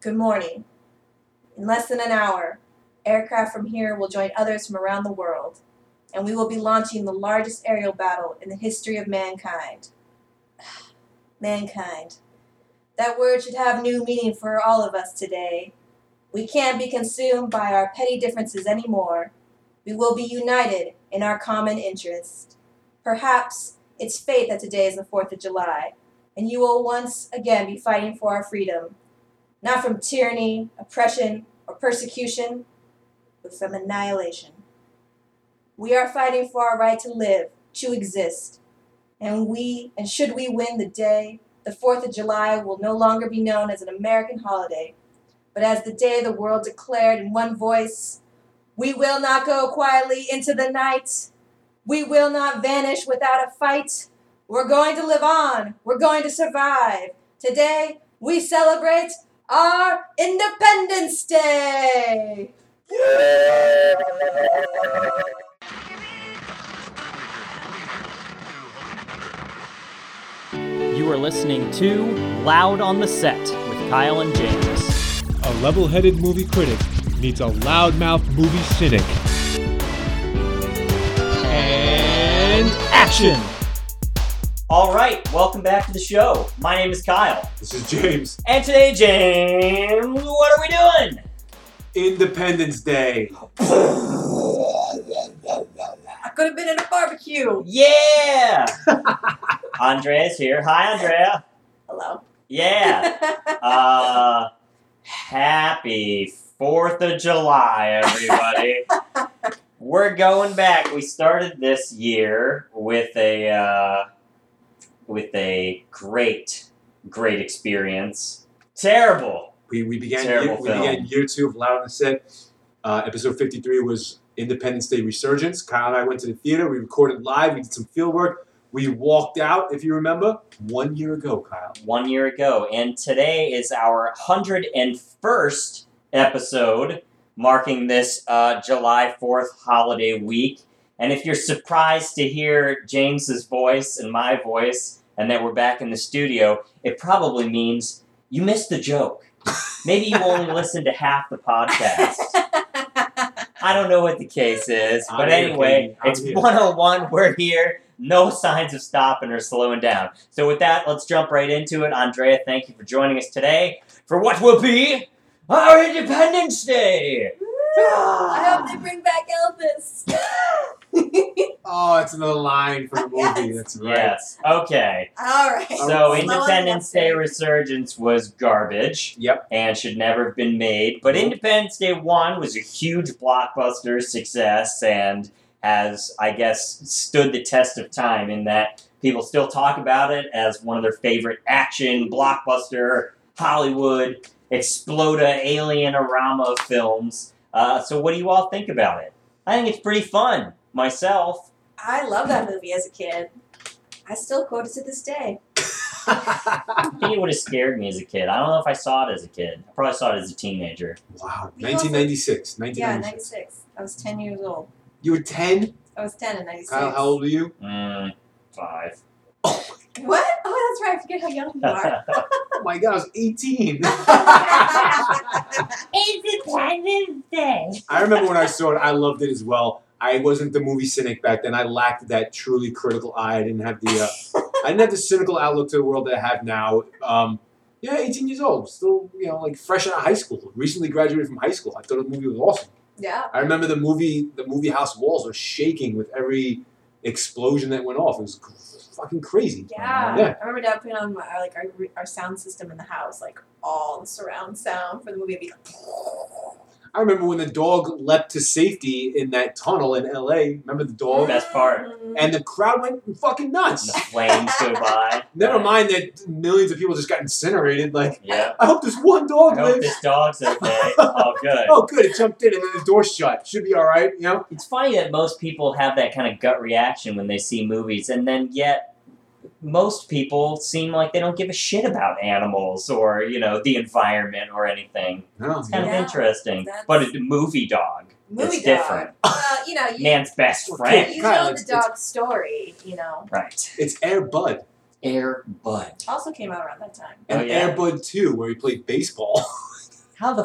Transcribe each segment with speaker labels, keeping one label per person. Speaker 1: Good morning. In less than an hour, aircraft from here will join others from around the world, and we will be launching the largest aerial battle in the history of mankind. mankind. That word should have new meaning for all of us today. We can't be consumed by our petty differences anymore. We will be united in our common interest. Perhaps it's fate that today is the 4th of July, and you will once again be fighting for our freedom. Not from tyranny, oppression, or persecution, but from annihilation. We are fighting for our right to live, to exist. And we, and should we win the day, the 4th of July will no longer be known as an American holiday, but as the day the world declared in one voice, we will not go quietly into the night. We will not vanish without a fight. We're going to live on. We're going to survive. Today, we celebrate our Independence Day.
Speaker 2: You are listening to Loud on the Set with Kyle and James.
Speaker 3: A level headed movie critic meets a loudmouth movie cynic.
Speaker 2: And action! All right, welcome back to the show. My name is Kyle.
Speaker 4: This is James.
Speaker 2: And today, James, what are we doing?
Speaker 4: Independence Day.
Speaker 1: I could have been at a barbecue.
Speaker 2: Yeah! Andrea's here. Hi, Andrea.
Speaker 1: Hello.
Speaker 2: Yeah. Uh, happy 4th of July, everybody. We're going back. We started this year with a uh, with a great great experience. Terrible.
Speaker 4: We, we began year,
Speaker 2: Terrible
Speaker 4: we
Speaker 2: film.
Speaker 4: began year two of Loud on the Set. Uh, episode fifty three was Independence Day Resurgence. Kyle and I went to the theater. We recorded live. We did some field work. We walked out, if you remember, one year ago, Kyle.
Speaker 2: One year ago and today is our 101st episode marking this uh, July 4th holiday week. And if you're surprised to hear James's voice and my voice and that we're back in the studio, it probably means you missed the joke. Maybe you only listened to half the podcast. I don't know what the case is,
Speaker 4: I'm
Speaker 2: but
Speaker 4: here,
Speaker 2: anyway,
Speaker 4: baby. I'm
Speaker 2: it's
Speaker 4: here.
Speaker 2: 101. We're here. No signs of stopping or slowing down. So with that, let's jump right into it. Andrea, thank you for joining us today for what will be our Independence Day.
Speaker 1: I hope they bring back Elvis.
Speaker 4: Oh, it's another line from the
Speaker 1: Yes.
Speaker 4: movie. That's right.
Speaker 2: Yes. Okay.
Speaker 1: All right.
Speaker 2: So
Speaker 1: Slow and
Speaker 2: Independence Day
Speaker 1: upbeat.
Speaker 2: Resurgence was garbage.
Speaker 4: Yep.
Speaker 2: and should never have been made. But Independence Day 1 was a huge blockbuster success and has, I guess, stood the test of time in that people still talk about it as one of their favorite action, blockbuster, Hollywood, exploda, alien-orama films. Uh, so what do you all think about it? I think it's pretty fun, myself.
Speaker 1: I love that movie as a kid. I still quote it to this day.
Speaker 2: I think it would have scared me as a kid. I don't know if I saw it as a kid. I probably saw it as a teenager.
Speaker 4: Wow.
Speaker 1: We also-
Speaker 4: Nineteen ninety six. Nineteen
Speaker 1: Yeah,
Speaker 4: ninety six.
Speaker 1: 96. I was 10 years old.
Speaker 4: You were ten.
Speaker 1: I was 10 in 96.
Speaker 4: Kyle, how old are you?
Speaker 2: Mm, five.
Speaker 1: What? Oh, that's right. I forget how young you are.
Speaker 4: Oh my God, I was eighteen.
Speaker 2: Independence Day.
Speaker 4: I remember when I saw it, I loved it as well. I wasn't the movie cynic back then. I lacked that truly critical eye. I didn't have the, uh, I didn't have the cynical outlook to the world that I have now. Um, yeah, 18 years old, still, you know, like fresh out of high school. Recently graduated from high school. I thought the movie was awesome.
Speaker 1: yeah.
Speaker 4: I remember the movie, the movie house walls were shaking with every explosion that went off. It was cr- fucking crazy.
Speaker 1: Yeah.
Speaker 4: Yeah.
Speaker 1: I remember Dad putting on my, our, like our, re- our sound system in the house, like all the surround sound for the movie. It'd be like,
Speaker 4: I remember when the dog leapt to safety in that tunnel in L.A. Remember the dog?
Speaker 1: Mm-hmm.
Speaker 2: Best part.
Speaker 4: And the crowd went fucking nuts.
Speaker 2: The flames go by.
Speaker 4: Never mind that millions of people just got incinerated. Like,
Speaker 2: Yeah.
Speaker 4: I hope this one
Speaker 2: I
Speaker 4: dog
Speaker 2: hope
Speaker 4: lives.
Speaker 2: this dog's okay. Oh, good.
Speaker 4: Oh, good. It jumped in and then the door shut. Should be all right, you know?
Speaker 2: It's funny that most people have that kind of gut reaction when they see movies, and then yet most people seem like they don't give a shit about animals or you know the environment or anything.
Speaker 4: No.
Speaker 2: It's kind
Speaker 1: Yeah,
Speaker 2: of interesting.
Speaker 1: that's-
Speaker 2: But a movie dog
Speaker 1: Movie
Speaker 2: is
Speaker 1: dog.
Speaker 2: different.
Speaker 1: Well, you know, you,
Speaker 2: Man's best friend.
Speaker 1: you
Speaker 4: Kyle,
Speaker 1: know the
Speaker 4: it's- it's-
Speaker 1: dog's story, you know.
Speaker 2: Right.
Speaker 4: It's Air Bud.
Speaker 2: Air Bud.
Speaker 1: Also came out around that time.
Speaker 4: And
Speaker 2: Oh, yeah.
Speaker 4: Air Bud 2, where he played baseball.
Speaker 2: How the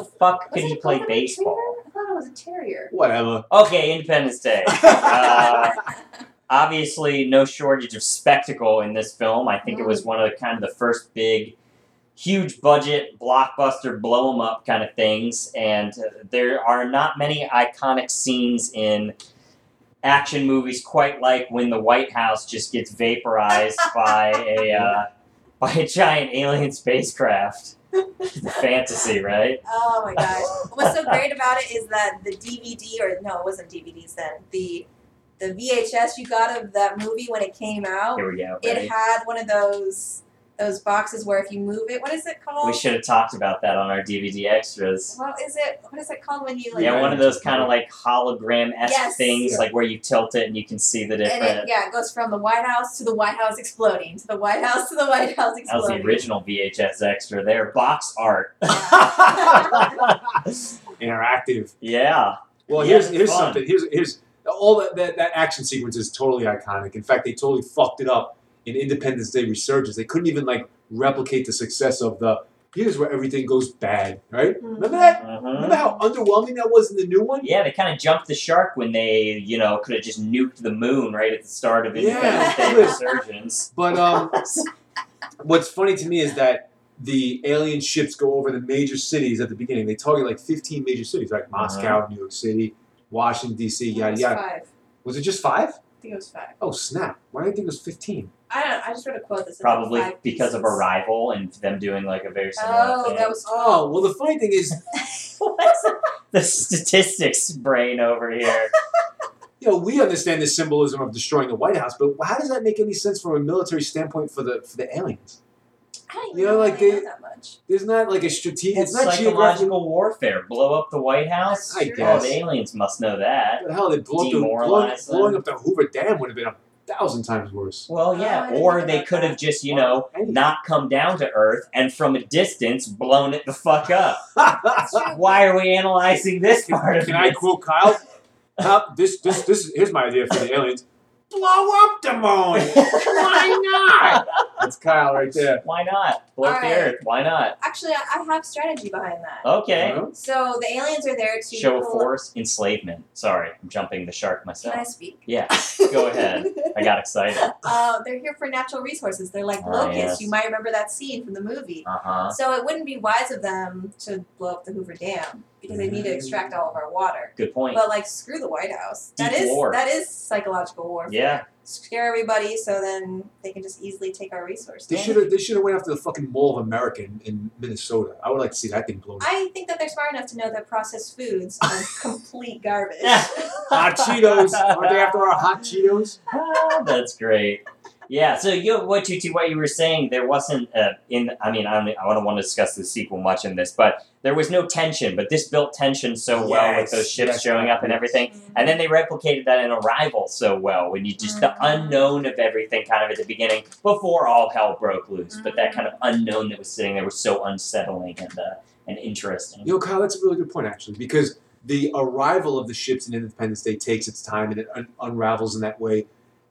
Speaker 1: Was
Speaker 2: fuck could
Speaker 1: it
Speaker 2: he
Speaker 1: a
Speaker 2: play
Speaker 1: golden
Speaker 2: baseball?
Speaker 1: retriever? I thought it was a terrier.
Speaker 4: Whatever.
Speaker 2: Okay, Independence Day. Uh, obviously, no shortage of spectacle in this film. I think it was one of the kind of the first big, huge budget blockbuster blow 'em up kind of things, and uh, there are not many iconic scenes in action movies quite like when the White House just gets vaporized by a uh, by a giant alien spacecraft. Fantasy, right?
Speaker 1: Oh my gosh. What's so great about it is that the DVD or no, it wasn't DVDs then. The the VHS you got of that movie when it came out,
Speaker 2: Here we go.
Speaker 1: Oh, it
Speaker 2: Ready?
Speaker 1: had one of those those boxes where if you move it, what is it called?
Speaker 2: We should have talked about that on our DVD extras.
Speaker 1: What is it? What is it called when you like?
Speaker 2: Yeah, one of those kind of like hologram esque
Speaker 1: Yes.
Speaker 2: things,
Speaker 4: Yeah.
Speaker 2: like where you tilt it and you can see the
Speaker 1: and it,
Speaker 2: different.
Speaker 1: yeah, it goes from the White House to the White House exploding to the White House to the White House
Speaker 2: That was the
Speaker 1: exploding.
Speaker 2: original VHS extra there. Box art.
Speaker 4: Interactive.
Speaker 2: yeah.
Speaker 4: Well,
Speaker 2: Yeah,
Speaker 4: here's
Speaker 2: it's
Speaker 4: here's
Speaker 2: fun.
Speaker 4: something. Here's here's all that, that that action sequence is totally iconic. In fact, they totally fucked it up in Independence Day Resurgence. They couldn't even like replicate the success of the here's where everything goes bad. Right? Remember that?
Speaker 2: hmm
Speaker 4: Remember how underwhelming that was in the new one?
Speaker 2: Yeah, they kind of jumped the shark when they, you know, could have just nuked the moon right at the start of
Speaker 4: Yeah,
Speaker 2: Independence Day
Speaker 4: listen.
Speaker 2: Resurgence.
Speaker 4: But um, what's funny to me is that the alien ships go over the major cities at the beginning. They target like 15 major cities, like Moscow, New York City, Washington D.C.
Speaker 1: I think it
Speaker 4: Yada
Speaker 1: was
Speaker 4: yada.
Speaker 1: Five.
Speaker 4: Was it just five?
Speaker 1: I think it was five.
Speaker 4: Oh snap! Why did I think it was 15?
Speaker 1: I don't. I just read a quote that said
Speaker 2: Probably
Speaker 1: five
Speaker 2: because of
Speaker 1: pieces.
Speaker 2: Arrival and them doing like a very similar
Speaker 1: Oh,
Speaker 2: thing.
Speaker 1: that was
Speaker 4: Oh well, the funny thing is, Oh.
Speaker 2: the statistics brain over here.
Speaker 4: you know, we understand the symbolism of destroying the White House, but how does that make any sense from a military standpoint for the for the aliens?
Speaker 1: I don't even
Speaker 4: You know,
Speaker 1: know,
Speaker 4: like
Speaker 1: they know
Speaker 4: they-
Speaker 1: that much.
Speaker 4: There's not like a strategic. It's not geographical.
Speaker 2: psychological warfare. Blow up the White House.
Speaker 4: I
Speaker 2: Oh,
Speaker 4: guess.
Speaker 2: the aliens must know that.
Speaker 4: What the hell? They blew up the, blowing,
Speaker 2: Demoralize them.
Speaker 4: blowing up the Hoover Dam would have been a thousand times worse.
Speaker 2: Well,
Speaker 1: Oh, I
Speaker 2: yeah,
Speaker 1: didn't
Speaker 2: or
Speaker 1: think
Speaker 2: they
Speaker 1: about
Speaker 2: could
Speaker 1: that.
Speaker 2: have just, you know,
Speaker 4: Anything.
Speaker 2: not come down to Earth and from a distance blown it the fuck up.
Speaker 1: That's true.
Speaker 2: Why are we analyzing this part of
Speaker 4: Can I
Speaker 2: it?
Speaker 4: quote Kyle? Huh, this, this, this is here's my idea for the aliens. Blow up the moon. Why not? That's Kyle right there.
Speaker 2: Why not? Blow up the
Speaker 1: Alright.
Speaker 2: Earth. Why not?
Speaker 1: Actually, I, I have strategy behind that.
Speaker 2: Okay.
Speaker 4: Huh?
Speaker 1: So the aliens are there to
Speaker 2: Oh. Show of
Speaker 1: pull-
Speaker 2: force, enslavement. Sorry, I'm jumping the shark
Speaker 1: Can
Speaker 2: myself.
Speaker 1: I speak?
Speaker 2: Yeah, go ahead. I got excited. Uh
Speaker 1: uh, they're here for natural resources. They're like
Speaker 2: Ah,
Speaker 1: locusts.
Speaker 2: yes. Uh-huh.
Speaker 1: You might remember that scene from the movie.
Speaker 2: huh.
Speaker 1: So it wouldn't be wise of them to blow up the Hoover Dam because they need to extract all of our water.
Speaker 2: Good point.
Speaker 1: But like, screw the White House. That
Speaker 2: Mm-hmm. Deep
Speaker 1: is
Speaker 2: war.
Speaker 1: that is psychological warfare.
Speaker 2: Yeah.
Speaker 1: Scare everybody so then they can just easily take our resources.
Speaker 4: They should have. They should have went after the fucking Mall of America in, in Minnesota. I would like to see that thing blown. up.
Speaker 1: I think that they're smart enough to know that processed foods are complete garbage.
Speaker 4: Hot Cheetos. Aren't they after our hot Cheetos?
Speaker 2: Ah, that's great. Yeah. So you, what you, to what you were saying, there wasn't uh, in. I mean, I don't, I don't want to discuss the sequel much in this, but there was no tension. But this built tension so well with
Speaker 4: Yes,
Speaker 2: those ships
Speaker 4: yes,
Speaker 2: showing up and
Speaker 4: yes.
Speaker 2: everything, and then they replicated that in Arrival so well when you just the
Speaker 1: Mhm.
Speaker 2: unknown of everything kind of at the beginning before all hell broke loose. But that kind of unknown that was sitting there was so unsettling and uh, and interesting.
Speaker 4: You know, Kyle, that's a really good point actually, because the arrival of the ships in Independence Day takes its time and it un- unravels in that way,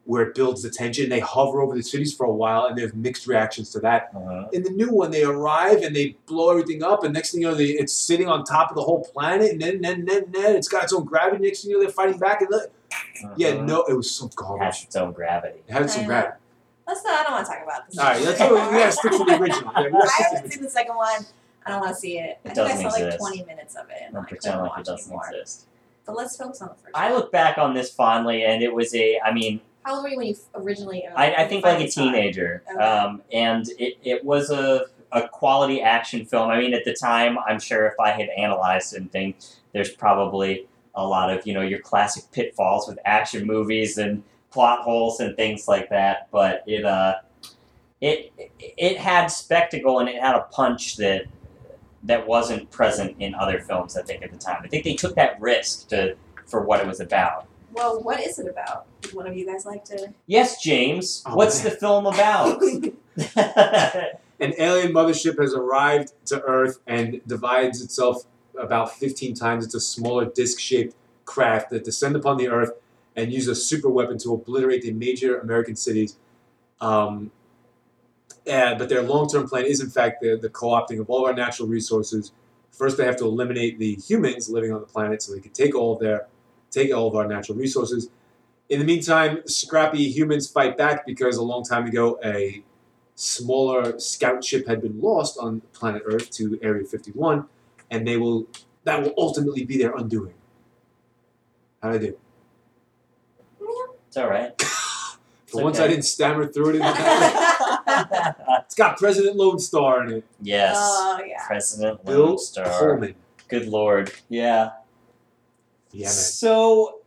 Speaker 4: where it builds the tension. They hover over the cities for a while, and there's mixed reactions to that.
Speaker 2: Mhm.
Speaker 4: in the new one, they arrive and they blow everything up, and next thing you know, they, it's sitting on top of the whole planet, and then, then, then, then, it's got its own gravity. Next thing you know, they're fighting back, and look, yeah,
Speaker 2: Mhm.
Speaker 4: no, it was some
Speaker 2: It has
Speaker 4: garbage.
Speaker 2: its own gravity.
Speaker 4: It had some
Speaker 1: I
Speaker 4: gravity.
Speaker 1: Let's not. I don't want to talk about this.
Speaker 4: All right, let's we gotta stick to the original. Yeah,
Speaker 1: I
Speaker 4: we gotta stick to the
Speaker 1: haven't seen the second one. I don't want to see it. I think I
Speaker 2: doesn't
Speaker 1: saw like
Speaker 2: exist.
Speaker 1: 20 minutes of it. And
Speaker 2: And
Speaker 1: I
Speaker 2: pretend
Speaker 1: couldn't
Speaker 2: like it
Speaker 1: watch
Speaker 2: doesn't
Speaker 1: anymore.
Speaker 2: exist.
Speaker 1: But let's focus on the first.
Speaker 2: I
Speaker 1: one.
Speaker 2: look back on this fondly, and it was a. I mean,
Speaker 1: How old were you when you f- originally? uh,
Speaker 2: I, I think like
Speaker 1: finally
Speaker 2: a
Speaker 1: saw it?
Speaker 2: teenager,
Speaker 1: Okay.
Speaker 2: um, and it, it was a a quality action film. I mean, at the time, I'm sure if I had analyzed and things, there's probably a lot of you know your classic pitfalls with action movies and plot holes and things like that. But it uh, it it had spectacle and it had a punch that that wasn't present in other films. I think at the time, I think they took that risk to for what it was about.
Speaker 1: Well, what is it about? Would one of you guys like to?
Speaker 2: Yes, James.
Speaker 4: Oh,
Speaker 2: what's
Speaker 4: man.
Speaker 2: the film about?
Speaker 4: An alien mothership has arrived to Earth and divides itself about 15 times into smaller disc shaped craft that descend upon the Earth and use a super weapon to obliterate the major American cities. Um, and- but their long term plan is, in fact, the, the co opting of all of our natural resources First, they have to eliminate the humans living on the planet so they can take all of their take all of our natural resources. In the meantime, scrappy humans fight back because a long time ago a smaller scout ship had been lost on planet Earth to Area 51, and they will that will ultimately be their undoing. How did I do?
Speaker 2: It's all right.
Speaker 4: For
Speaker 2: It's
Speaker 4: once,
Speaker 2: okay.
Speaker 4: I didn't stammer through it. In the it's got President Lone Star in it.
Speaker 2: yes.
Speaker 1: Oh yeah.
Speaker 2: President
Speaker 4: Bill
Speaker 2: Lone Star.
Speaker 4: Pullman.
Speaker 2: Good lord. Yeah.
Speaker 4: Yeah, man.
Speaker 5: So,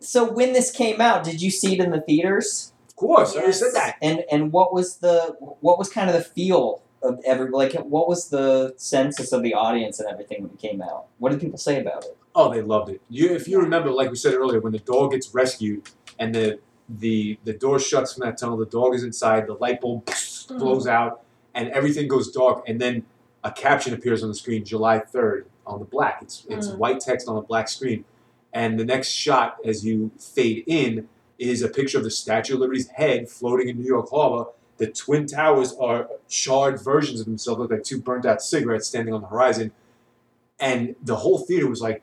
Speaker 5: so when this came out, did you see it in the theaters?
Speaker 4: Of course, I already
Speaker 1: Yes.
Speaker 4: said that.
Speaker 5: And and what was the what was kind of the feel of every like what was the census of the audience and everything when it came out? What did people say about it?
Speaker 4: Oh, they loved it. You, if you remember, like we said earlier, when the dog gets rescued and the the the door shuts from that tunnel, the dog is inside, the light bulb blows out, and everything goes dark, and then a caption appears on the screen, July third on the black. It's it's
Speaker 1: Mm.
Speaker 4: white text on a black screen, and the next shot as you fade in is a picture of the Statue of Liberty's head floating in New York Harbor. The twin towers are charred versions of themselves, look like two burnt out cigarettes standing on the horizon, and the whole theater was like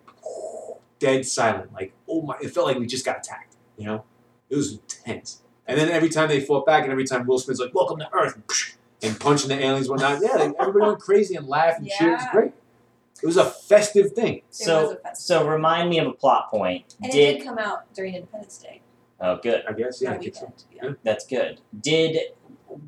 Speaker 4: dead silent. Like, oh my, it felt like we just got attacked. You know, it was intense. And then every time they fought back, and every time Will Smith's like, "Welcome to Earth," and punching the aliens, and whatnot. Yeah, like, everybody went crazy and laughed and cheered. It was
Speaker 1: Yeah.
Speaker 4: great. It was a festive thing.
Speaker 1: it was
Speaker 2: So
Speaker 1: a festival.
Speaker 2: so remind me of a plot point.
Speaker 1: and it did come out during Independence Day.
Speaker 2: Oh good.
Speaker 4: I guess. Yeah, I
Speaker 1: that
Speaker 4: think so.
Speaker 1: weekend. Yeah.
Speaker 2: That's good. Did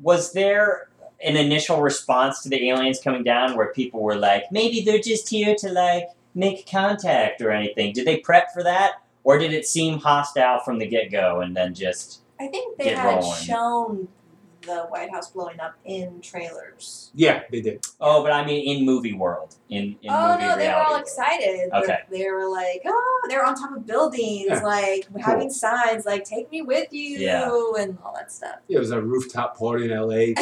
Speaker 2: was there an initial response to the aliens coming down where people were like, maybe they're just here to like make contact or anything? Did they prep for that? Or did it seem hostile from the get go and then just
Speaker 1: I think they
Speaker 2: Get
Speaker 1: had
Speaker 2: rolling.
Speaker 1: shown the White House blowing up in trailers.
Speaker 4: Yeah, they did.
Speaker 2: Oh, but I mean in movie world. In, in
Speaker 1: oh
Speaker 2: movie
Speaker 1: no, they were all
Speaker 2: reality.
Speaker 1: excited.
Speaker 2: Okay.
Speaker 1: They're- They were like, oh, they're on top of buildings,
Speaker 4: Yeah.
Speaker 1: like having signs, like take me with you,
Speaker 2: Yeah.
Speaker 1: and all that stuff.
Speaker 4: Yeah, it was a rooftop party in L.A.
Speaker 1: yeah.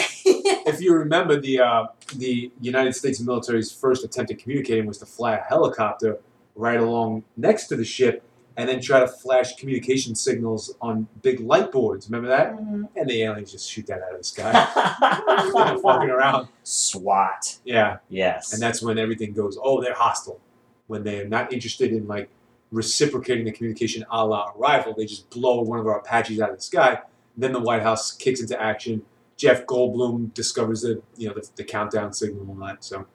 Speaker 4: if you remember, the uh, the United States military's first attempt at communicating was to fly a helicopter right along next to the ship and then try to flash communication signals on big light boards. Remember that?
Speaker 2: Mm-hmm.
Speaker 1: Mhm.
Speaker 4: And the aliens just shoot that out of the sky. They're fucking around.
Speaker 2: SWAT.
Speaker 4: Yeah,
Speaker 2: Yes.
Speaker 4: and that's when everything goes. Oh, they're hostile. When they're not interested in like reciprocating the communication, a la arrival, they just blow one of our Apaches out of the sky. Then the White House kicks into action. Jeff Goldblum discovers the you know the, the countdown signal and all that. So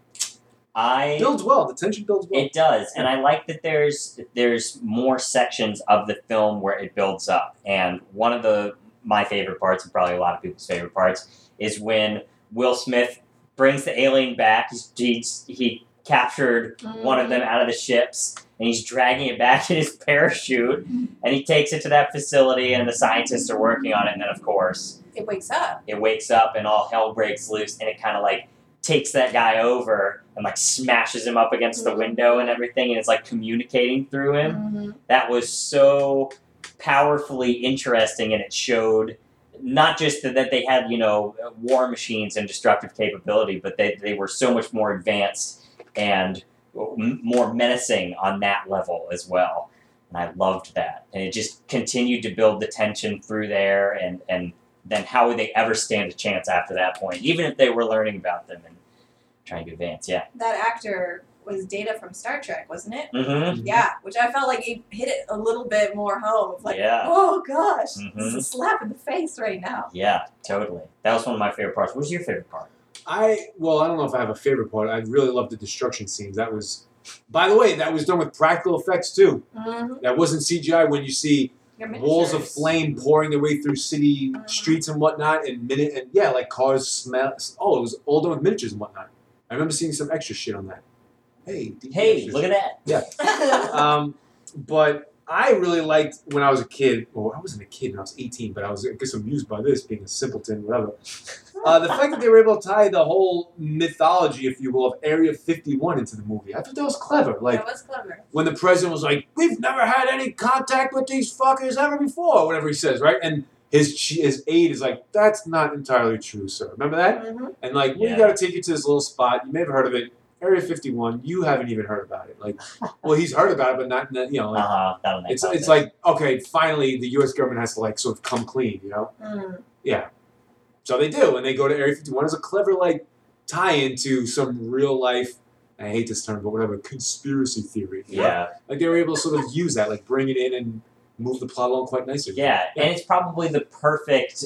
Speaker 2: I
Speaker 4: builds well. The tension builds well.
Speaker 2: It does, and I like that there's there's more sections of the film where it builds up. And one of the my favorite parts, and probably a lot of people's favorite parts, is when Will Smith brings the alien back. He's, he's he captured one of them out of the ships, and he's dragging it back in his parachute, and he takes it to that facility, and the scientists are working on it. And then, of course,
Speaker 1: It wakes up.
Speaker 2: it wakes up and all hell breaks loose and it kind of like takes that guy over and like smashes him up against the
Speaker 1: Mhm.
Speaker 2: window and everything and it's like communicating through him
Speaker 1: Mhm.
Speaker 2: that was so powerfully interesting and it showed not just that, that they had you know war machines and destructive capability but they, they were so much more advanced and m- more menacing on that level as well and i loved that and it just continued to build the tension through there and and then how would they ever stand a chance after that point even if they were learning about them and trying to advance yeah
Speaker 1: That actor was Data from Star Trek, wasn't it?
Speaker 2: mm-hmm.
Speaker 1: Yeah, which I felt like he hit it a little bit more home. Like,
Speaker 2: Yeah.
Speaker 1: oh gosh, this is
Speaker 2: Mhm.
Speaker 1: a slap in the face right now.
Speaker 2: yeah totally that was one of my favorite parts what was your favorite part
Speaker 4: I well, I don't know if I have a favorite part. I really love the destruction scenes. That was, by the way, that was done with practical effects too.
Speaker 1: Mhm.
Speaker 4: That wasn't CGI. When you see
Speaker 1: Your
Speaker 4: walls of
Speaker 1: miniatures.
Speaker 4: flame pouring their way through city
Speaker 1: Mhm.
Speaker 4: streets and whatnot, and minute and yeah, like cars smell. Oh, it was all done with miniatures and whatnot. I remember seeing some extra shit on that. Hey, deep
Speaker 2: hey
Speaker 4: miniatures.
Speaker 2: look at that Uh,
Speaker 4: Um, but I really liked when I was a kid, or I wasn't a kid when I was 18, but I was I guess amused by this, being a simpleton, whatever. Uh, the fact that they were able to tie the whole mythology, if you will, of Area 51 into the movie. I thought that was clever. Like,
Speaker 1: that was clever.
Speaker 4: when the president was like, "We've never had any contact with these fuckers ever before," whatever he says, right? And his ch- his aide is like, "That's not entirely true, sir." Remember that?
Speaker 1: Mhm.
Speaker 4: And like, we
Speaker 2: Yeah.
Speaker 4: got to take you to this little spot. You may have heard of it, Area 51. You haven't even heard about it. Like, well, he's heard about it, but not you know. Like,
Speaker 2: Uh-huh. That'll make
Speaker 4: it's
Speaker 2: sense.
Speaker 4: it's like okay, finally the U.S. government has to like sort of come clean, you know?
Speaker 1: Mm.
Speaker 4: So they do, and they go to Area 51. It's a clever like tie into some real life I hate this term, but whatever, conspiracy theory. you know?
Speaker 2: Yeah,
Speaker 4: Like they were able to sort of use that, like bring it in and move the plot along quite nicely.
Speaker 2: yeah, and it's probably the perfect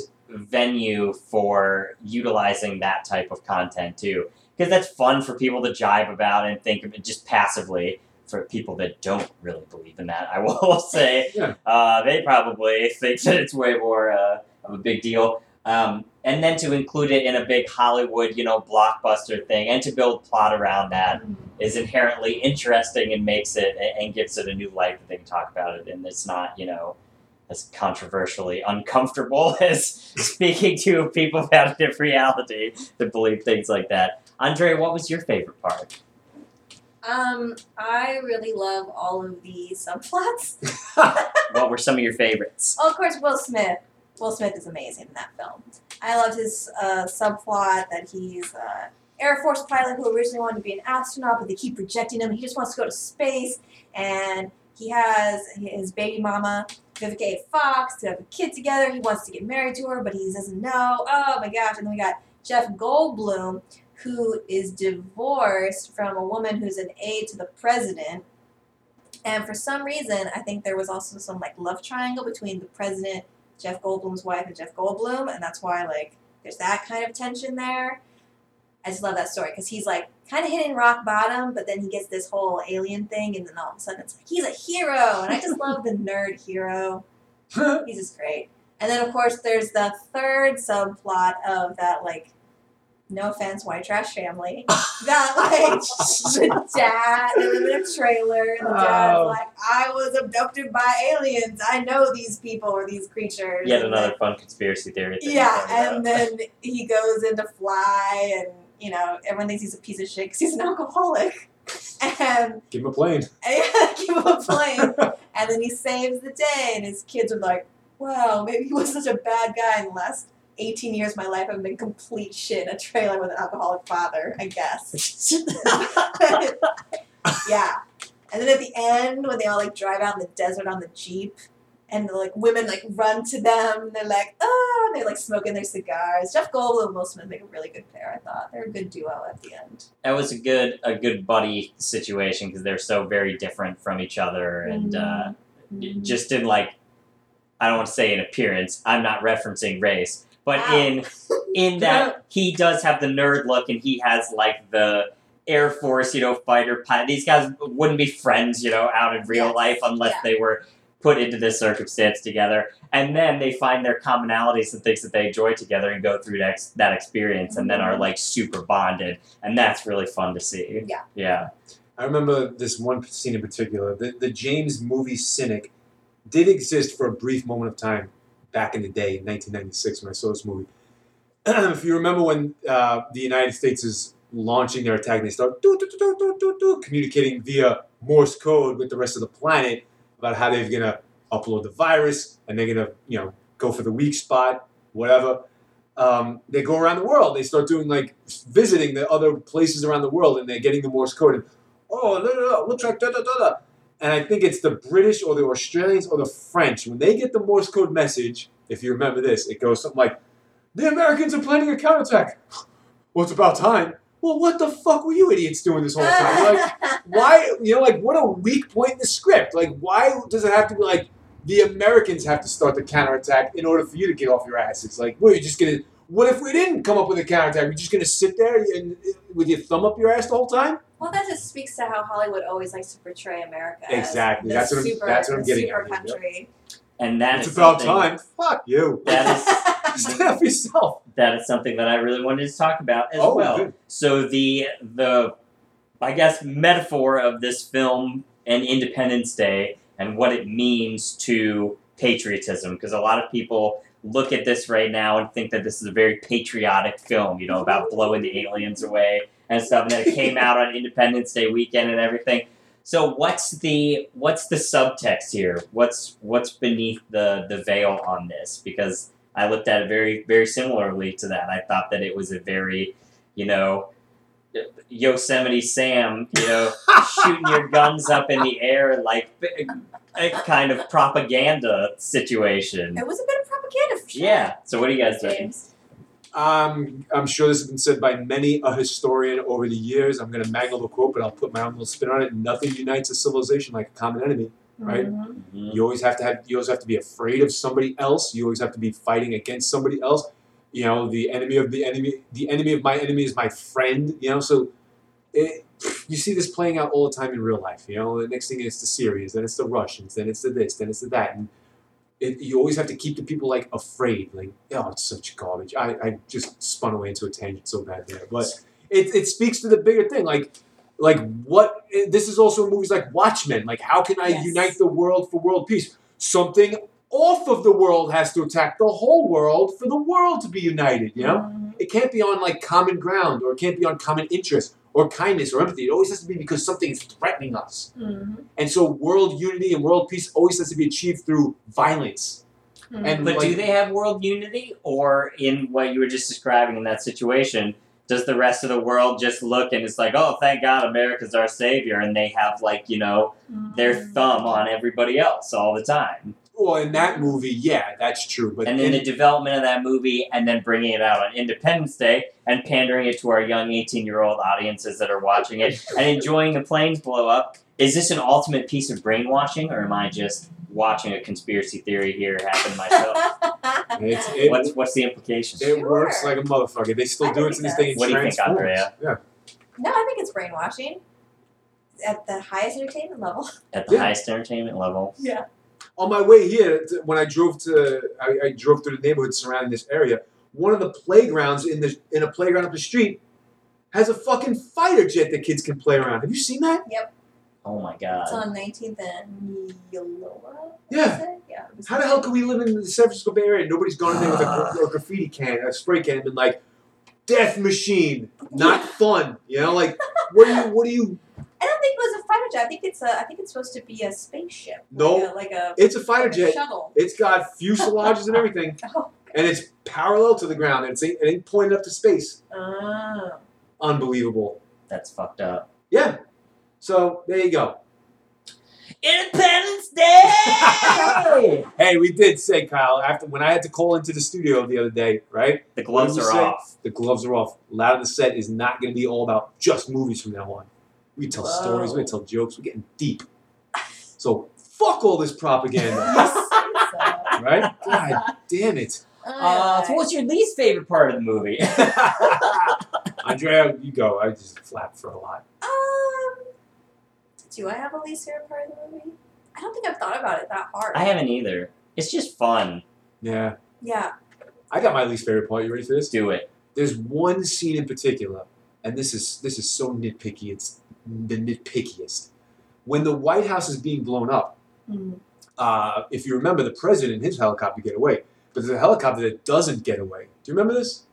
Speaker 2: venue for utilizing that type of content too, because that's fun for people to jive about and think of it just passively. For people that don't really believe in that, I will say
Speaker 4: Yeah.
Speaker 2: uh, they probably think that it's way more uh, of a big deal. Um, and then to include it in a big Hollywood, you know, blockbuster thing, and to build plot around that is inherently interesting and makes it and gives it a new life that they can talk about it and it's not you know as controversially uncomfortable as speaking to people about a different reality that believe things like that andre what was your favorite part
Speaker 1: Um, I really love all of the subplots.
Speaker 2: what were some of your favorites
Speaker 1: Oh, of course, Will Smith. Will Smith is amazing in that film. I loved his uh, subplot that he's uh, Air Force pilot who originally wanted to be an astronaut, but they keep rejecting him. He just wants to go to space, and he has his baby mama, Vivica A. Fox, to have a kid together. He wants to get married to her, but he doesn't know. Oh my gosh! And then we got Jeff Goldblum, who is divorced from a woman who's an aide to the president. And for some reason, I think there was also some like love triangle between the president, Jeff Goldblum's wife, and Jeff Goldblum, and that's why like there's that kind of tension there. I just love that story because he's like kind of hitting rock bottom, but then he gets this whole alien thing, and then all of a sudden it's like he's a hero, and I just love the nerd hero. He's just great. And then of course there's the third subplot of that like, no offense, white trash family that like the dad they live in a trailer and the dad's
Speaker 4: Oh.
Speaker 1: like i was abducted by aliens i know these people or these creatures
Speaker 2: yet
Speaker 1: And
Speaker 2: another fun conspiracy theory
Speaker 1: then-
Speaker 2: thing
Speaker 1: yeah and then he goes into fly and you know everyone thinks he's a piece of shit because he's an alcoholic and
Speaker 4: Give him a plane.
Speaker 1: give him a plane and then he saves the day and his kids are like wow maybe he was such a bad guy in the last 18 years of my life i've been complete shit in a trailer with an alcoholic father i guess yeah. And then at the end, when they all like drive out in the desert on the jeep, and the like women like run to them, and they're like, oh, and they're like smoking their cigars. Jeff Goldblum and Will Smith make a really good pair. I thought they're a good duo at the end.
Speaker 2: that was a good a good buddy situation because they're so very different from each other and
Speaker 1: Mm-hmm.
Speaker 2: uh just in like I don't want to say in appearance. I'm not referencing race, but
Speaker 1: Wow.
Speaker 2: in in that he does have the nerd look and he has like the Air Force, you know, fighter pilot. These guys wouldn't be friends, you know, out in real
Speaker 1: Yes.
Speaker 2: life unless
Speaker 1: Yeah.
Speaker 2: they were put into this circumstance together. And then they find their commonalities and things that they enjoy together and go through that, ex- that experience and then are like super bonded. And that's really fun to see.
Speaker 1: Mm-hmm. Yeah.
Speaker 2: Yeah.
Speaker 4: I remember this one scene in particular. The, the James movie Cynic did exist for a brief moment of time back in the day, in 1996, when I saw this movie. if you remember when uh, the United States is launching their attack, and they start doo, doo, doo, doo, doo, doo, doo, communicating via Morse code with the rest of the planet about how they're going to upload the virus and they're going to, you know, go for the weak spot, whatever. Um, they go around the world. They start doing like visiting the other places around the world, and they're getting the Morse code. And oh, no, no, no, looks like da da da da. And I think it's the British or the Australians or the French when they get the Morse code message. If you remember this, it goes something like, "The Americans are planning a counterattack." Well, it's about time. Well, what the fuck were you idiots doing this whole time? Like, why? You know, like what a weak point in the script. Like, why does it have to be like the Americans have to start the counterattack in order for you to get off your ass? It's like, well, you're just gonna. What if we didn't come up with a counterattack? We're just gonna sit there and uh, with your thumb up your ass the whole time?
Speaker 1: well, that just speaks to how Hollywood always likes to portray America. as
Speaker 4: Exactly.
Speaker 1: the
Speaker 4: That's what I'm-
Speaker 1: super,
Speaker 4: that's what I'm
Speaker 1: the
Speaker 4: getting
Speaker 1: super
Speaker 4: at, yeah.
Speaker 1: country.
Speaker 2: And that
Speaker 4: it's
Speaker 2: is
Speaker 4: about
Speaker 2: something-
Speaker 4: time. Fuck you.
Speaker 2: That is
Speaker 4: Stand up for yourself.
Speaker 2: that is something that I really wanted to talk about as
Speaker 4: Oh,
Speaker 2: well.
Speaker 4: good.
Speaker 2: So the the I guess metaphor of this film and Independence Day and what it means to patriotism because a lot of people look at this right now and think that this is a very patriotic film, you know, about blowing the aliens away and stuff and then it came out on Independence Day weekend and everything. So what's the what's the subtext here? What's what's beneath the the veil on this? Because I looked at it very, very similarly to that. I thought that it was a very, you know, Yosemite Sam, you know, shooting your guns up in the air like a kind of propaganda situation.
Speaker 1: It was a bit of propaganda for sure.
Speaker 2: Yeah. So what do you guys think?
Speaker 1: James.
Speaker 4: Um, I'm sure this has been said by many a historian over the years. I'm going to mangle the quote, but I'll put my own little spin on it. Nothing unites a civilization like a common enemy. Right.
Speaker 2: Mm-hmm.
Speaker 1: Mhm.
Speaker 4: You always have to have. You always have to be afraid of somebody else. You always have to be fighting against somebody else. You know, the enemy of the enemy, the enemy of my enemy is my friend. You know, so it, you see this playing out all the time in real life. You know, the next thing is the Syrians, then it's the Russians, then it's the this, then it's the that, and it, you always have to keep the people like afraid. Like, oh, it's such garbage. I, I just spun away into a tangent so bad there, but it it speaks to the bigger thing, like like what eh, this is also in movies like watchmen like how can i
Speaker 1: Yes.
Speaker 4: unite the world for world peace something off of the world has to attack the whole world for the world to be united you know
Speaker 1: Mhm.
Speaker 4: it can't be on like common ground or it can't be on common interest or kindness or empathy it always has to be because something is threatening us
Speaker 1: Mhm.
Speaker 4: and so world unity and world peace always has to be achieved through violence
Speaker 1: Mhm.
Speaker 4: and
Speaker 2: But
Speaker 4: like,
Speaker 2: do they have world unity, or in what you were just describing in that situation, does the rest of the world just look and it's like, oh, thank God, America's our savior, and they have like you know their
Speaker 1: Mhm.
Speaker 2: thumb on everybody else all the time?
Speaker 4: well in that movie yeah that's true but
Speaker 2: and then
Speaker 4: in-
Speaker 2: the development of that movie, and then bringing it out on Independence Day, and pandering it to our young eighteen-year-old audiences that are watching it and enjoying the planes blow up. Is this an ultimate piece of brainwashing, or am I just watching a conspiracy theory here happen myself?
Speaker 4: it's, it,
Speaker 2: what's what's the implications?
Speaker 4: it works
Speaker 1: Sure.
Speaker 4: like a motherfucker they still
Speaker 1: I
Speaker 4: do
Speaker 1: believe
Speaker 4: it to this
Speaker 1: that.
Speaker 4: day in
Speaker 2: What do you think,
Speaker 4: Transformers.
Speaker 2: Andrea?
Speaker 4: yeah
Speaker 1: no, I think it's brainwashing at the highest entertainment level.
Speaker 2: At the
Speaker 4: Yeah.
Speaker 2: highest entertainment level.
Speaker 1: Yeah.
Speaker 4: on my way here, t- when I drove to, I, I drove through the neighborhood surrounding this area. One of the playgrounds in the in a playground up the street has a fucking fighter jet that kids can play around. Have you seen that?
Speaker 2: Oh my god.
Speaker 1: It's on 19th and Yoloa.
Speaker 4: Yeah.
Speaker 1: Yeah.
Speaker 4: How the hell can we live in the San Francisco Bay Area? and Nobody's gone in there with a, gra- a graffiti can, a spray can, and been like, "Death machine, not fun." You know, like, what do you, what do you?
Speaker 1: I don't think it was a fighter jet. I think it's a. I think it's supposed to be a spaceship.
Speaker 4: No.
Speaker 1: Like a,
Speaker 4: It's a
Speaker 1: like a,
Speaker 4: fighter
Speaker 1: like a
Speaker 4: jet.
Speaker 1: shuttle.
Speaker 4: It's got fuselages and everything,
Speaker 1: Oh.
Speaker 4: and it's parallel to the ground, and it's it ain't pointed up to space.
Speaker 1: Oh.
Speaker 4: Unbelievable.
Speaker 2: That's fucked up.
Speaker 4: Yeah. So there you go.
Speaker 2: Independence Day!
Speaker 4: Hey, we did say, Kyle, after when I had to call into the studio the other day, right?
Speaker 2: the gloves
Speaker 4: What
Speaker 2: are
Speaker 4: did you say?
Speaker 2: off.
Speaker 4: The gloves are off. Loud in the set is not going to be all about just movies from now on. We tell
Speaker 1: Whoa.
Speaker 4: stories, we tell jokes, we're getting deep. So fuck all this propaganda, right? God damn it.
Speaker 2: Uh, so what's your least favorite part of the movie?
Speaker 4: Andrea, you go. I just flap for a lot.
Speaker 1: Um, do I have a least favorite part of the movie? I don't think I've thought about it that hard.
Speaker 2: I haven't either. It's just fun.
Speaker 4: Yeah.
Speaker 1: Yeah.
Speaker 4: I got my least favorite part. You ready for this?
Speaker 2: Let's do it.
Speaker 4: there's one scene in particular, and this is this is so nitpicky. It's the nitpickiest. When the White House is being blown up,
Speaker 1: Mm.
Speaker 4: uh, if you remember, the president and his helicopter get away, but there's a helicopter that doesn't get away. Do you remember this?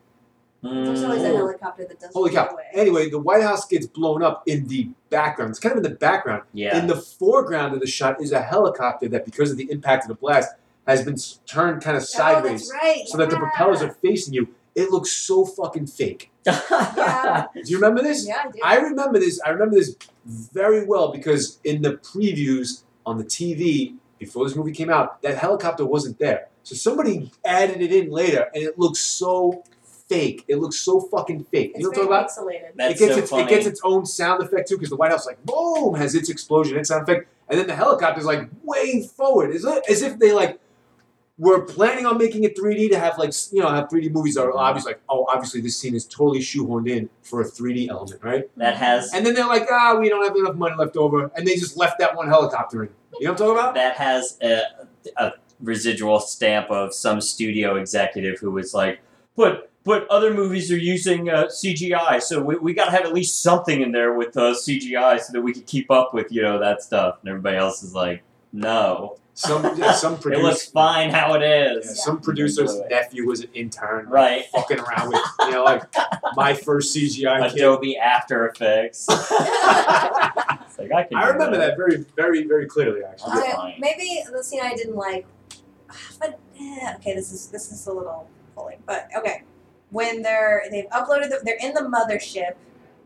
Speaker 1: There's always a
Speaker 2: Mm.
Speaker 1: helicopter that doesn't
Speaker 4: Holy
Speaker 1: get
Speaker 4: cow!
Speaker 1: away.
Speaker 4: Anyway, the White House gets blown up in the background. It's kind of in the background.
Speaker 2: yeah.
Speaker 4: In the foreground of the shot is a helicopter that, because of the impact of the blast, has been s- turned kind of sideways,
Speaker 1: Oh, that's right.
Speaker 4: so that the
Speaker 1: yeah.
Speaker 4: propellers are facing you. It looks so fucking fake.
Speaker 1: Yeah.
Speaker 4: Do you remember this?
Speaker 1: Yeah, I do.
Speaker 4: I remember this. I remember this very well because in the previews on the TV before this movie came out, that helicopter wasn't there. So somebody added it in later, and it looks so fake. It looks so fucking fake.
Speaker 1: it's
Speaker 4: you know what I'm
Speaker 1: very
Speaker 4: talking about?
Speaker 1: pixelated.
Speaker 2: That's
Speaker 4: it gets
Speaker 2: so
Speaker 4: its
Speaker 2: funny.
Speaker 4: it gets its own sound effect too, because the White House like boom has its explosion, its sound effect, and then the helicopter's like way forward, as, if- as if they like were planning on making it 3D to have like s- you know have 3D movies that are obviously like oh obviously this scene is totally shoehorned in for a 3D element, right?
Speaker 2: that has
Speaker 4: And then they're like, ah, we don't have enough money left over. And they just left that one helicopter in. You know what I'm talking about?
Speaker 2: that has a, a residual stamp of some studio executive who was like, but but other movies are using uh, CGI, so we, we got to have at least something in there with uh, CGI so that we can keep up with you know that stuff. And everybody else is like, no,
Speaker 4: Some yeah, some producer,
Speaker 2: it looks fine how it
Speaker 4: yeah,
Speaker 2: is.
Speaker 4: some producer's nephew was an intern, like,
Speaker 2: Right.
Speaker 4: Fucking around with you know like my first CGI kid.
Speaker 2: Adobe After Effects. It's like, I, can
Speaker 4: I
Speaker 2: do
Speaker 4: remember that very very very clearly actually.
Speaker 2: Yeah.
Speaker 1: Okay, maybe the scene I didn't like, but eh, okay, this is this is a little pulling, but okay. When they're they've uploaded, the, they're in the mothership,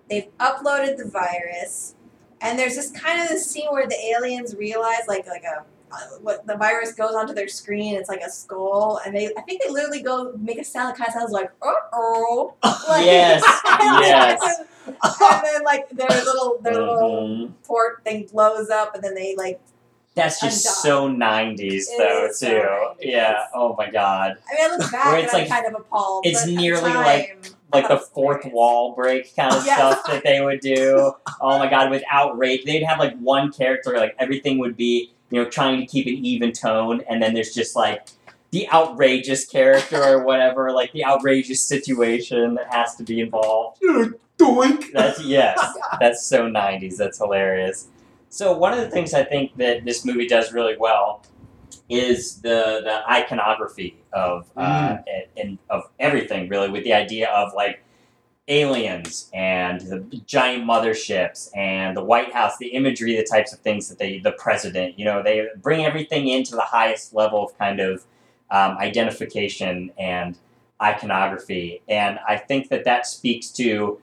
Speaker 1: they've uploaded the virus, and there's this kind of this scene where the aliens realize, like like a uh, what the virus goes onto their screen. It's like a skull, and they I think they literally go make a sound. Kind of sounds like uh oh. Like,
Speaker 2: Yes, yes.
Speaker 1: and then like their little their little
Speaker 2: Mhm.
Speaker 1: port thing blows up, and then they like.
Speaker 2: That's just
Speaker 1: Undone.
Speaker 2: so 90s,
Speaker 1: It
Speaker 2: though,
Speaker 1: is so
Speaker 2: too.
Speaker 1: 90s.
Speaker 2: Yeah, oh my god.
Speaker 1: I mean, I look back
Speaker 2: Where
Speaker 1: and
Speaker 2: it's
Speaker 1: I'm
Speaker 2: like-
Speaker 1: kind of appalled.
Speaker 2: it's
Speaker 1: but at the
Speaker 2: nearly
Speaker 1: time,
Speaker 2: like- Like the fourth
Speaker 1: hilarious.
Speaker 2: wall break kind of
Speaker 1: Yeah.
Speaker 2: stuff that they would do. Oh my god, without rape, they'd have like one character, like everything would be, you know, trying to keep an even tone, and then there's just like the outrageous character or whatever, like the outrageous situation that has to be involved.
Speaker 4: You're doink.
Speaker 2: That's yes. That's so '90s. That's hilarious. So one of the things I think that this movie does really well is the the iconography of uh, and, and of everything really, with the idea of like aliens and the giant motherships and the White House, the imagery, the types of things that they the president. You know, they bring everything into the highest level of kind of um, identification and iconography, and I think that that speaks to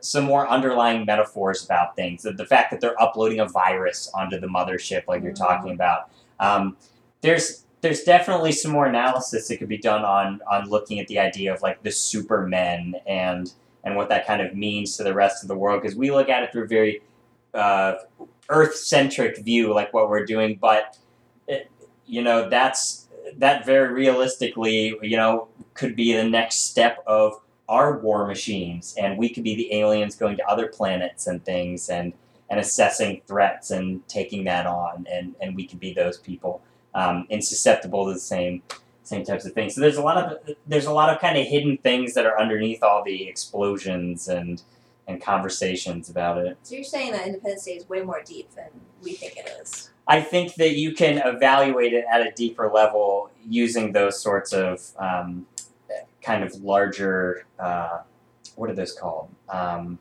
Speaker 2: some more underlying metaphors about things. The, the fact that they're uploading a virus onto the mothership, like you're
Speaker 1: Mhm.
Speaker 2: talking about. Um, there's there's definitely some more analysis that could be done on on looking at the idea of like the supermen and and what that kind of means to the rest of the world because we look at it through a very uh, earth centric view, like what we're doing, but it, you know that's that very realistically, you know, could be the next step of our war machines and we could be the aliens going to other planets and things and and assessing threats and taking that on and and we could be those people um, and susceptible to the same same types of things so there's a lot of there's a lot of kind of hidden things that are underneath all the explosions and and conversations about it
Speaker 1: So you're saying that Independence Day is way more deep than we think it is.
Speaker 2: I think that you can evaluate it at a deeper level using those sorts of um, kind of larger, uh, what are those called? Um,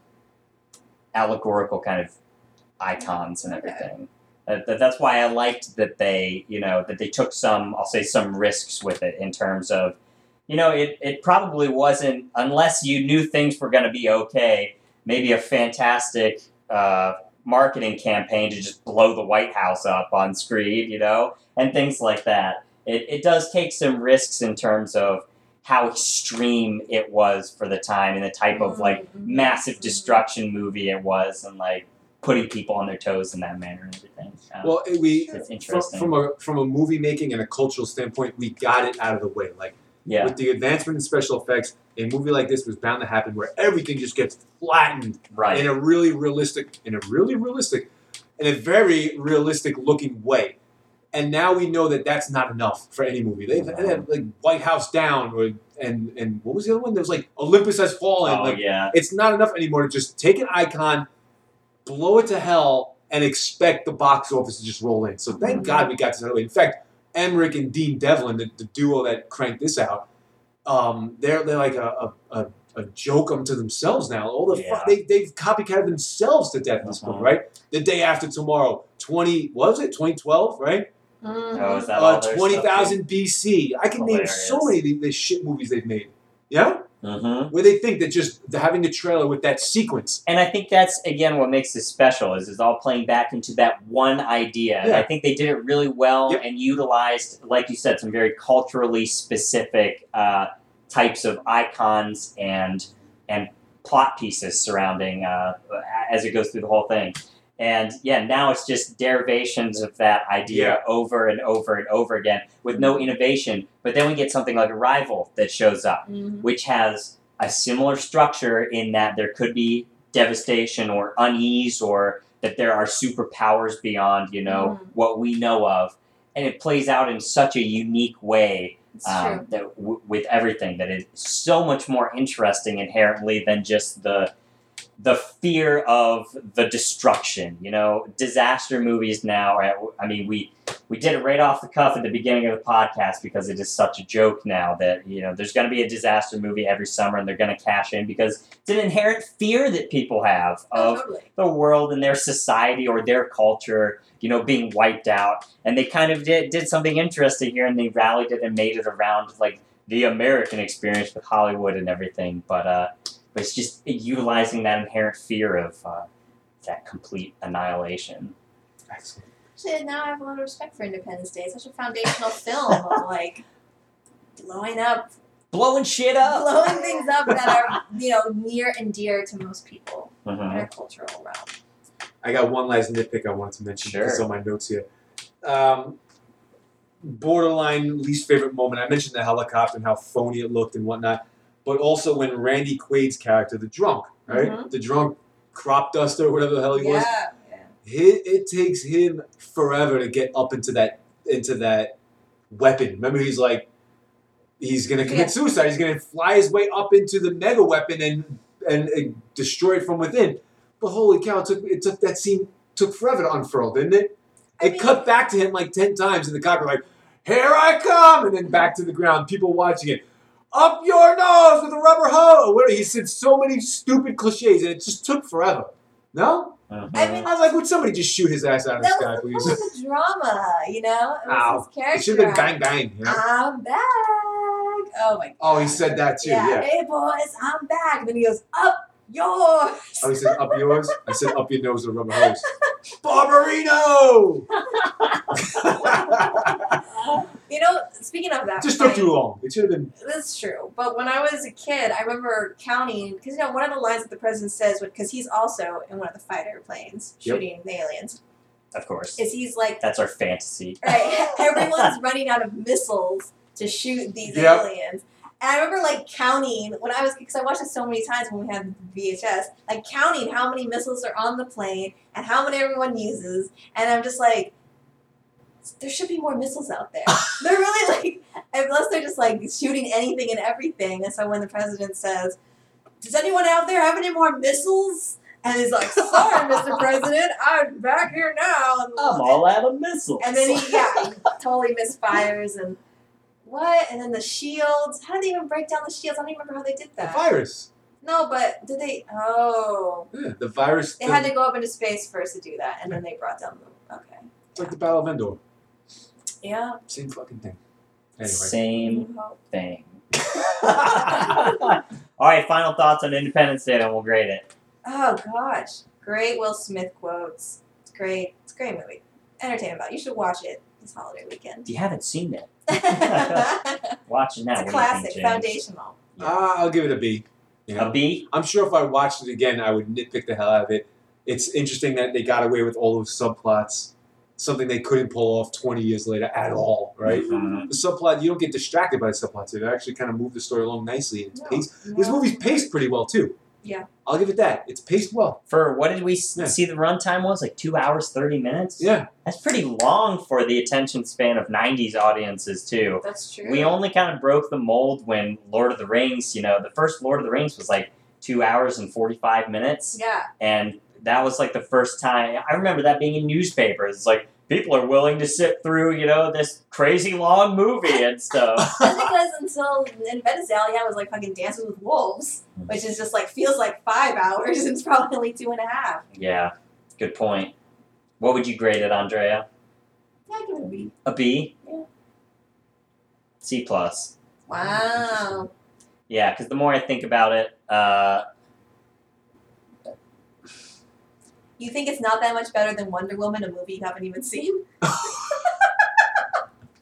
Speaker 2: allegorical kind of icons and
Speaker 1: Okay.
Speaker 2: everything. That- that- that's why I liked that they, you know, that they took some, I'll say, some risks with it in terms of, you know, it, it probably wasn't, unless you knew things were going to be okay, maybe a fantastic. Uh, marketing campaign to just blow the White House up on screen, you know, and things like that. It, it does take some risks in terms of how extreme it was for the time and the type of like
Speaker 1: Mm-hmm.
Speaker 2: massive destruction movie it was and like putting people on their toes in that manner and everything. Um,
Speaker 4: Well, it- we
Speaker 2: it's
Speaker 4: from,
Speaker 2: interesting.
Speaker 4: from a from a movie making and a cultural standpoint, we got it out of the way. Like
Speaker 2: yeah.
Speaker 4: with the advancement in special effects, a movie like this was bound to happen where everything just gets flattened
Speaker 2: Right.
Speaker 4: in a really realistic, in a really realistic, in a very realistic looking way. And now we know that that's not enough for any movie. They, they had like White House Down, or and and what was the other one? There was like Olympus Has Fallen.
Speaker 2: oh
Speaker 4: like
Speaker 2: yeah.
Speaker 4: it's not enough anymore to just take an icon, blow it to hell, and expect the box office to just roll in. So
Speaker 2: Mm-hmm.
Speaker 4: thank God we got this out of the way. In fact, Emmerich and Dean Devlin, the, the duo that cranked this out, um, they're they're like a a, a, a joke unto themselves now. All the fu-
Speaker 2: Yeah.
Speaker 4: they they've copycatted themselves to death at this point,
Speaker 2: Mhm.
Speaker 4: right? The day after tomorrow, twenty what was it twenty twelve, right?
Speaker 1: Mm-hmm.
Speaker 2: Oh, is that all
Speaker 4: Uh,
Speaker 2: their
Speaker 4: twenty thousand BC. I can name
Speaker 2: Hilarious.
Speaker 4: so many of these- these shit movies they've made. Yeah
Speaker 2: Mm-hmm.
Speaker 4: where they think that just having a trailer with that sequence.
Speaker 2: And I think that's again what makes this special is it's all playing back into that one idea. And I
Speaker 4: Yeah.
Speaker 2: think they did it really well
Speaker 4: Yep.
Speaker 2: and utilized, like you said, some very culturally specific uh, types of icons and and plot pieces surrounding uh, as it goes through the whole thing. And yeah, now it's just derivations of that idea
Speaker 4: Yeah.
Speaker 2: over and over and over again with no innovation. But then we get something like a rival that shows up
Speaker 1: Mm-hmm.
Speaker 2: which has a similar structure in that there could be devastation or unease or that there are superpowers beyond you know
Speaker 1: Mhm.
Speaker 2: what we know of and it plays out in such a unique way
Speaker 1: It's
Speaker 2: um,
Speaker 1: true.
Speaker 2: that w- with everything that it's so much more interesting inherently than just the the fear of the destruction you know disaster movies now I, I mean we we did it right off the cuff at the beginning of the podcast because it is such a joke now that you know there's going to be a disaster movie every summer and they're going to cash in because it's an inherent fear that people have
Speaker 1: Oh,
Speaker 2: of
Speaker 1: totally.
Speaker 2: the world and their society or their culture you know being wiped out and they kind of did, did something interesting here and they rallied it and made it around like the american experience with hollywood and everything but uh but it's just utilizing that inherent fear of uh, that complete annihilation
Speaker 4: Excellent.
Speaker 1: Actually, now I have a lot of respect for Independence Day. It's such a foundational film of like blowing up,
Speaker 2: Blowing shit up.
Speaker 1: blowing things up that are you know near and dear to most people in
Speaker 2: Mm-hmm,
Speaker 5: Mhm.
Speaker 1: our cultural realm.
Speaker 4: I got one last nitpick I wanted to mention.
Speaker 2: Sure.
Speaker 4: It's on my notes here. Um, borderline least favorite moment. I mentioned the helicopter and how phony it looked and whatnot, but also when Randy Quaid's character, the drunk, right,
Speaker 1: Mhm.
Speaker 4: the drunk crop duster or whatever the hell he was,
Speaker 1: yeah. yeah.
Speaker 4: hi- it takes him forever to get up into that into that weapon. Remember, he's like, he's gonna commit
Speaker 1: Yeah.
Speaker 4: suicide. He's gonna fly his way up into the mega weapon and and, and destroy it from within. But holy cow, it took it took that scene took forever to unfurl, didn't it?
Speaker 1: I
Speaker 4: it
Speaker 1: mean-
Speaker 4: cut back to him like ten times, and the cop were like, "Here I come!" and then back to the ground. People watching it. Up your nose with a rubber hose. Where he said so many stupid cliches, and it just took forever. No,
Speaker 2: mm-hmm.
Speaker 1: I mean,
Speaker 4: I was like, would somebody just shoot his ass out of the
Speaker 1: that
Speaker 4: sky,
Speaker 1: was the
Speaker 4: please?
Speaker 1: point of the drama, you know. It was
Speaker 4: Ow.
Speaker 1: his character. Uh-huh.
Speaker 4: It should have been bang bang. You know?
Speaker 1: I'm back. Oh my god.
Speaker 4: Oh, he said that too. Yeah.
Speaker 1: Hey boys, I'm back. And then he goes up yours.
Speaker 4: Oh, he said up yours. I said up your nose with a rubber hose. Barbarino.
Speaker 1: You know, speaking of that,
Speaker 4: just took
Speaker 1: point,
Speaker 4: too long. It should have been.
Speaker 1: That's true. But when I was a kid, I remember counting because you know one of the lines that the president says, because he's also in one of the fighter planes
Speaker 4: Yep.
Speaker 1: shooting the aliens,
Speaker 2: Of course.
Speaker 1: is he's like,
Speaker 2: That's our fantasy.
Speaker 1: right, everyone's running out of missiles to shoot these
Speaker 4: Yep.
Speaker 1: aliens. And I remember like counting when I was because I watched it so many times when we had VHS, like counting how many missiles are on the plane and how many everyone uses, and I'm just like, there should be more missiles out there. they're really like, unless they're just like shooting anything and everything. And so when the president says, "Does anyone out there have any more missiles?" and he's like, "Sorry, Mr. President, I'm back here now." And
Speaker 2: Oh,
Speaker 5: I'm all out of missiles.
Speaker 1: and then he, yeah, he totally misfires and what? And then the shields. How did they even break down the shields? I don't even remember how they did
Speaker 4: The
Speaker 1: that.
Speaker 4: virus.
Speaker 1: No, but did they? Oh,
Speaker 4: Yeah, the virus.
Speaker 1: they
Speaker 4: the-
Speaker 1: had to go up into space first to do that, and then they brought down the. Okay.
Speaker 4: like the Battle of Endor.
Speaker 1: Yeah.
Speaker 4: Same fucking thing. Anyway.
Speaker 2: Same
Speaker 1: you hope.
Speaker 5: thing.
Speaker 2: All right, final thoughts on Independence Day, then we'll grade it.
Speaker 1: Oh gosh, great Will Smith quotes. It's great. It's a great movie. Entertainment value. You should watch it this holiday weekend.
Speaker 2: If you haven't seen it,
Speaker 1: it's
Speaker 2: watch it now.
Speaker 1: a
Speaker 2: What do you think,
Speaker 1: classic,
Speaker 2: James?
Speaker 1: foundational.
Speaker 4: Ah, I'll give it a B. Yeah.
Speaker 2: A B?
Speaker 4: I'm sure if I watched it again, I would nitpick the hell out of it. It's interesting that they got away with all those subplots, something they couldn't pull off 20 years later at all, right?
Speaker 2: Mhm.
Speaker 4: The subplot, you don't get distracted by the subplots. It actually kind of moved the story along nicely. It's
Speaker 1: No,
Speaker 4: paced.
Speaker 1: no.
Speaker 4: This movie's paced pretty well, too.
Speaker 1: Yeah.
Speaker 4: I'll give it that. It's paced well.
Speaker 2: For what did we s-
Speaker 4: Yeah.
Speaker 2: see the runtime was? Like two hours, 30 minutes?
Speaker 4: Yeah.
Speaker 2: That's pretty long for the attention span of 90s audiences, too.
Speaker 1: That's true.
Speaker 2: We only kind of broke the mold when Lord of the Rings, you know, the first Lord of the Rings was like two hours and 45 minutes.
Speaker 1: Yeah.
Speaker 2: And that was like the first time. I remember that being in newspapers. It's like people are willing to sit through, you know, this crazy long movie and stuff.
Speaker 1: That's because until in Venezuela, yeah, it was like fucking Dances with Wolves, which is just like feels like five hours. It's probably only two and a half.
Speaker 2: yeah, good point. What would you grade it, Andrea?
Speaker 1: Yeah, I give it a B.
Speaker 2: A B?
Speaker 1: Yeah.
Speaker 2: C plus.
Speaker 1: Wow.
Speaker 2: Yeah, because the more I think about it, uh,
Speaker 1: You think it's not that much better than Wonder Woman, a movie you haven't even seen?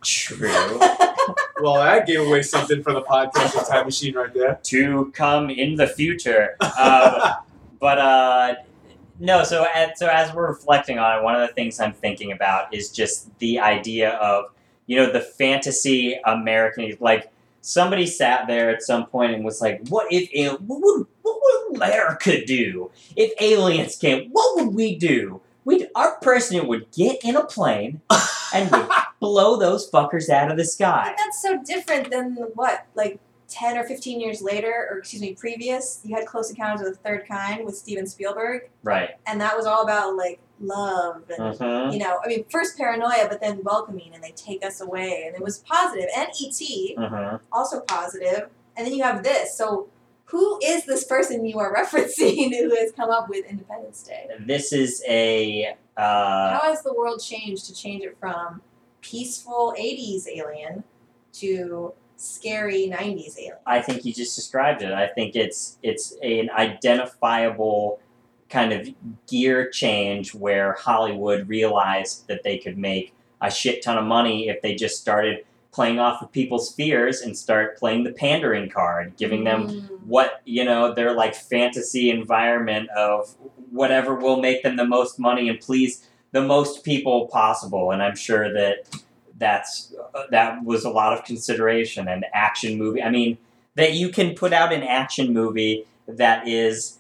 Speaker 2: true.
Speaker 4: Well, I gave away something for the podcast of Time Machine right there.
Speaker 2: to come in the future. Um, but uh, no, so as, so as we're reflecting on it, one of the things I'm thinking about is just the idea of you know the fantasy American like somebody sat there at some point and was like, what if al- what would what would America do if aliens came? What would we do? We'd, our president would get in a plane and would blow those fuckers out of the sky.
Speaker 1: But that's so different than what, like ten or fifteen years later, or excuse me, previous. You had Close Encounters of the Third Kind with Steven Spielberg,
Speaker 2: Right.
Speaker 1: and that was all about like love and
Speaker 2: Mhm.
Speaker 1: you know, I mean, first paranoia, but then welcoming, and they take us away, and it was positive. And E ET,
Speaker 2: Mhm.
Speaker 1: also positive. And then you have this. So who is this person you are referencing who has come up with Independence Day?
Speaker 2: this is a uh,
Speaker 1: How has the world changed to change it from peaceful 80s alien to scary 90s alien?
Speaker 2: i think you just described it i think it's it's an identifiable kind of gear change where Hollywood realized that they could make a shit ton of money if they just started playing off of people's fears and start playing the pandering card, giving
Speaker 1: Mm-hmm.
Speaker 2: them what you know their like fantasy environment of whatever will make them the most money and please the most people possible and i'm sure that that's uh, that was a lot of consideration an action movie i mean that you can put out an action movie that is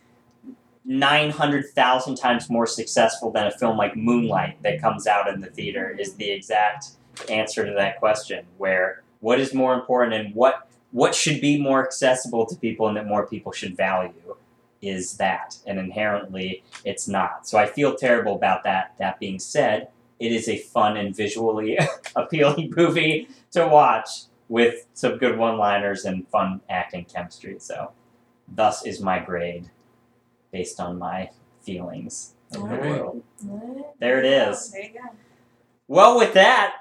Speaker 2: 900,000 times more successful than a film like Moonlight that comes out in the theater is the exact answer to that question where what is more important and what what should be more accessible to people and that more people should value is that and inherently it's not so i feel terrible about that that being said it is a fun and visually appealing movie to watch with some good one liners and fun acting chemistry so thus is my grade based on my feelings of the
Speaker 4: Alright.
Speaker 2: world There it
Speaker 1: Hmm, Oh,
Speaker 2: is.
Speaker 1: There you go.
Speaker 2: well with that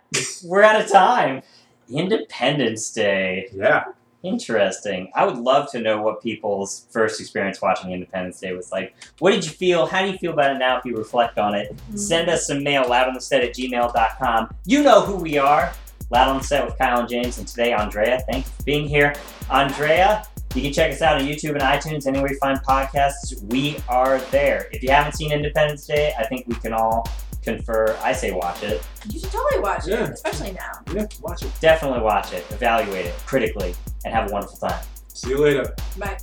Speaker 2: we're out of time independence day
Speaker 4: Yeah.
Speaker 2: Interesting. I would love to know what people's first experience watching Independence Day was like. What did you feel? How do you feel about it now if you reflect on it? Send us some mail, loudontheset at gmail.com. You know who we are. Loud on the Set with Kyle and James, and today, Andrea. Thanks for being here. Andrea, you can check us out on YouTube and iTunes, anywhere you find podcasts. We are there. If you haven't seen Independence Day, I think we can all confer. I say watch it.
Speaker 1: You should totally watch
Speaker 4: Yeah.
Speaker 1: it, especially now.
Speaker 4: Yeah. Watch it.
Speaker 2: Definitely watch it, evaluate it critically, and have a wonderful time.
Speaker 4: See you later.
Speaker 1: Bye.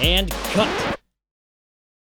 Speaker 3: And cut.